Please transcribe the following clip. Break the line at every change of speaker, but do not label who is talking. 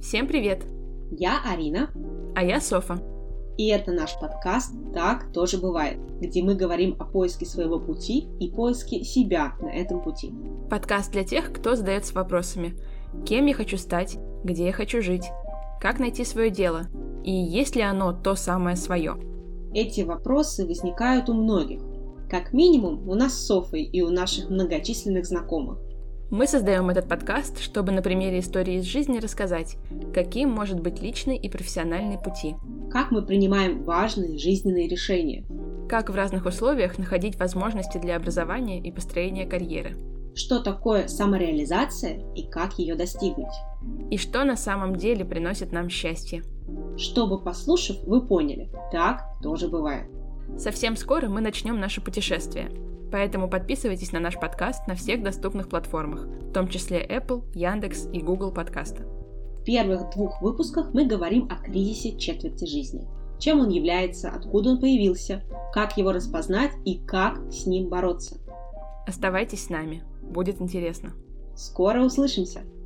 Всем привет!
Я Арина.
А я Софа.
И это наш подкаст «Так тоже бывает», где мы говорим о поиске своего пути и поиске себя на этом пути.
Подкаст для тех, кто задается вопросами. Кем я хочу стать? Где я хочу жить? Как найти свое дело? И есть ли оно то самое свое?
Эти вопросы возникают у многих. Как минимум у нас с Софой и у наших многочисленных знакомых.
Мы создаем этот подкаст, чтобы на примере истории из жизни рассказать, каким может быть личный и профессиональный пути,
Как мы принимаем важные жизненные решения,
как в разных условиях находить возможности для образования и построения карьеры,
что такое самореализация и как ее достигнуть.
и что на самом деле приносит нам счастье.
Чтобы послушав, вы поняли, так тоже бывает.
Совсем скоро мы начнем наше путешествие. Поэтому подписывайтесь на наш подкаст на всех доступных платформах, в том числе Apple, Яндекс и Google подкаста.
В первых двух выпусках мы говорим о кризисе четверти жизни. Чем он является, откуда он появился, как его распознать и как с ним бороться.
Оставайтесь с нами, будет интересно.
Скоро услышимся!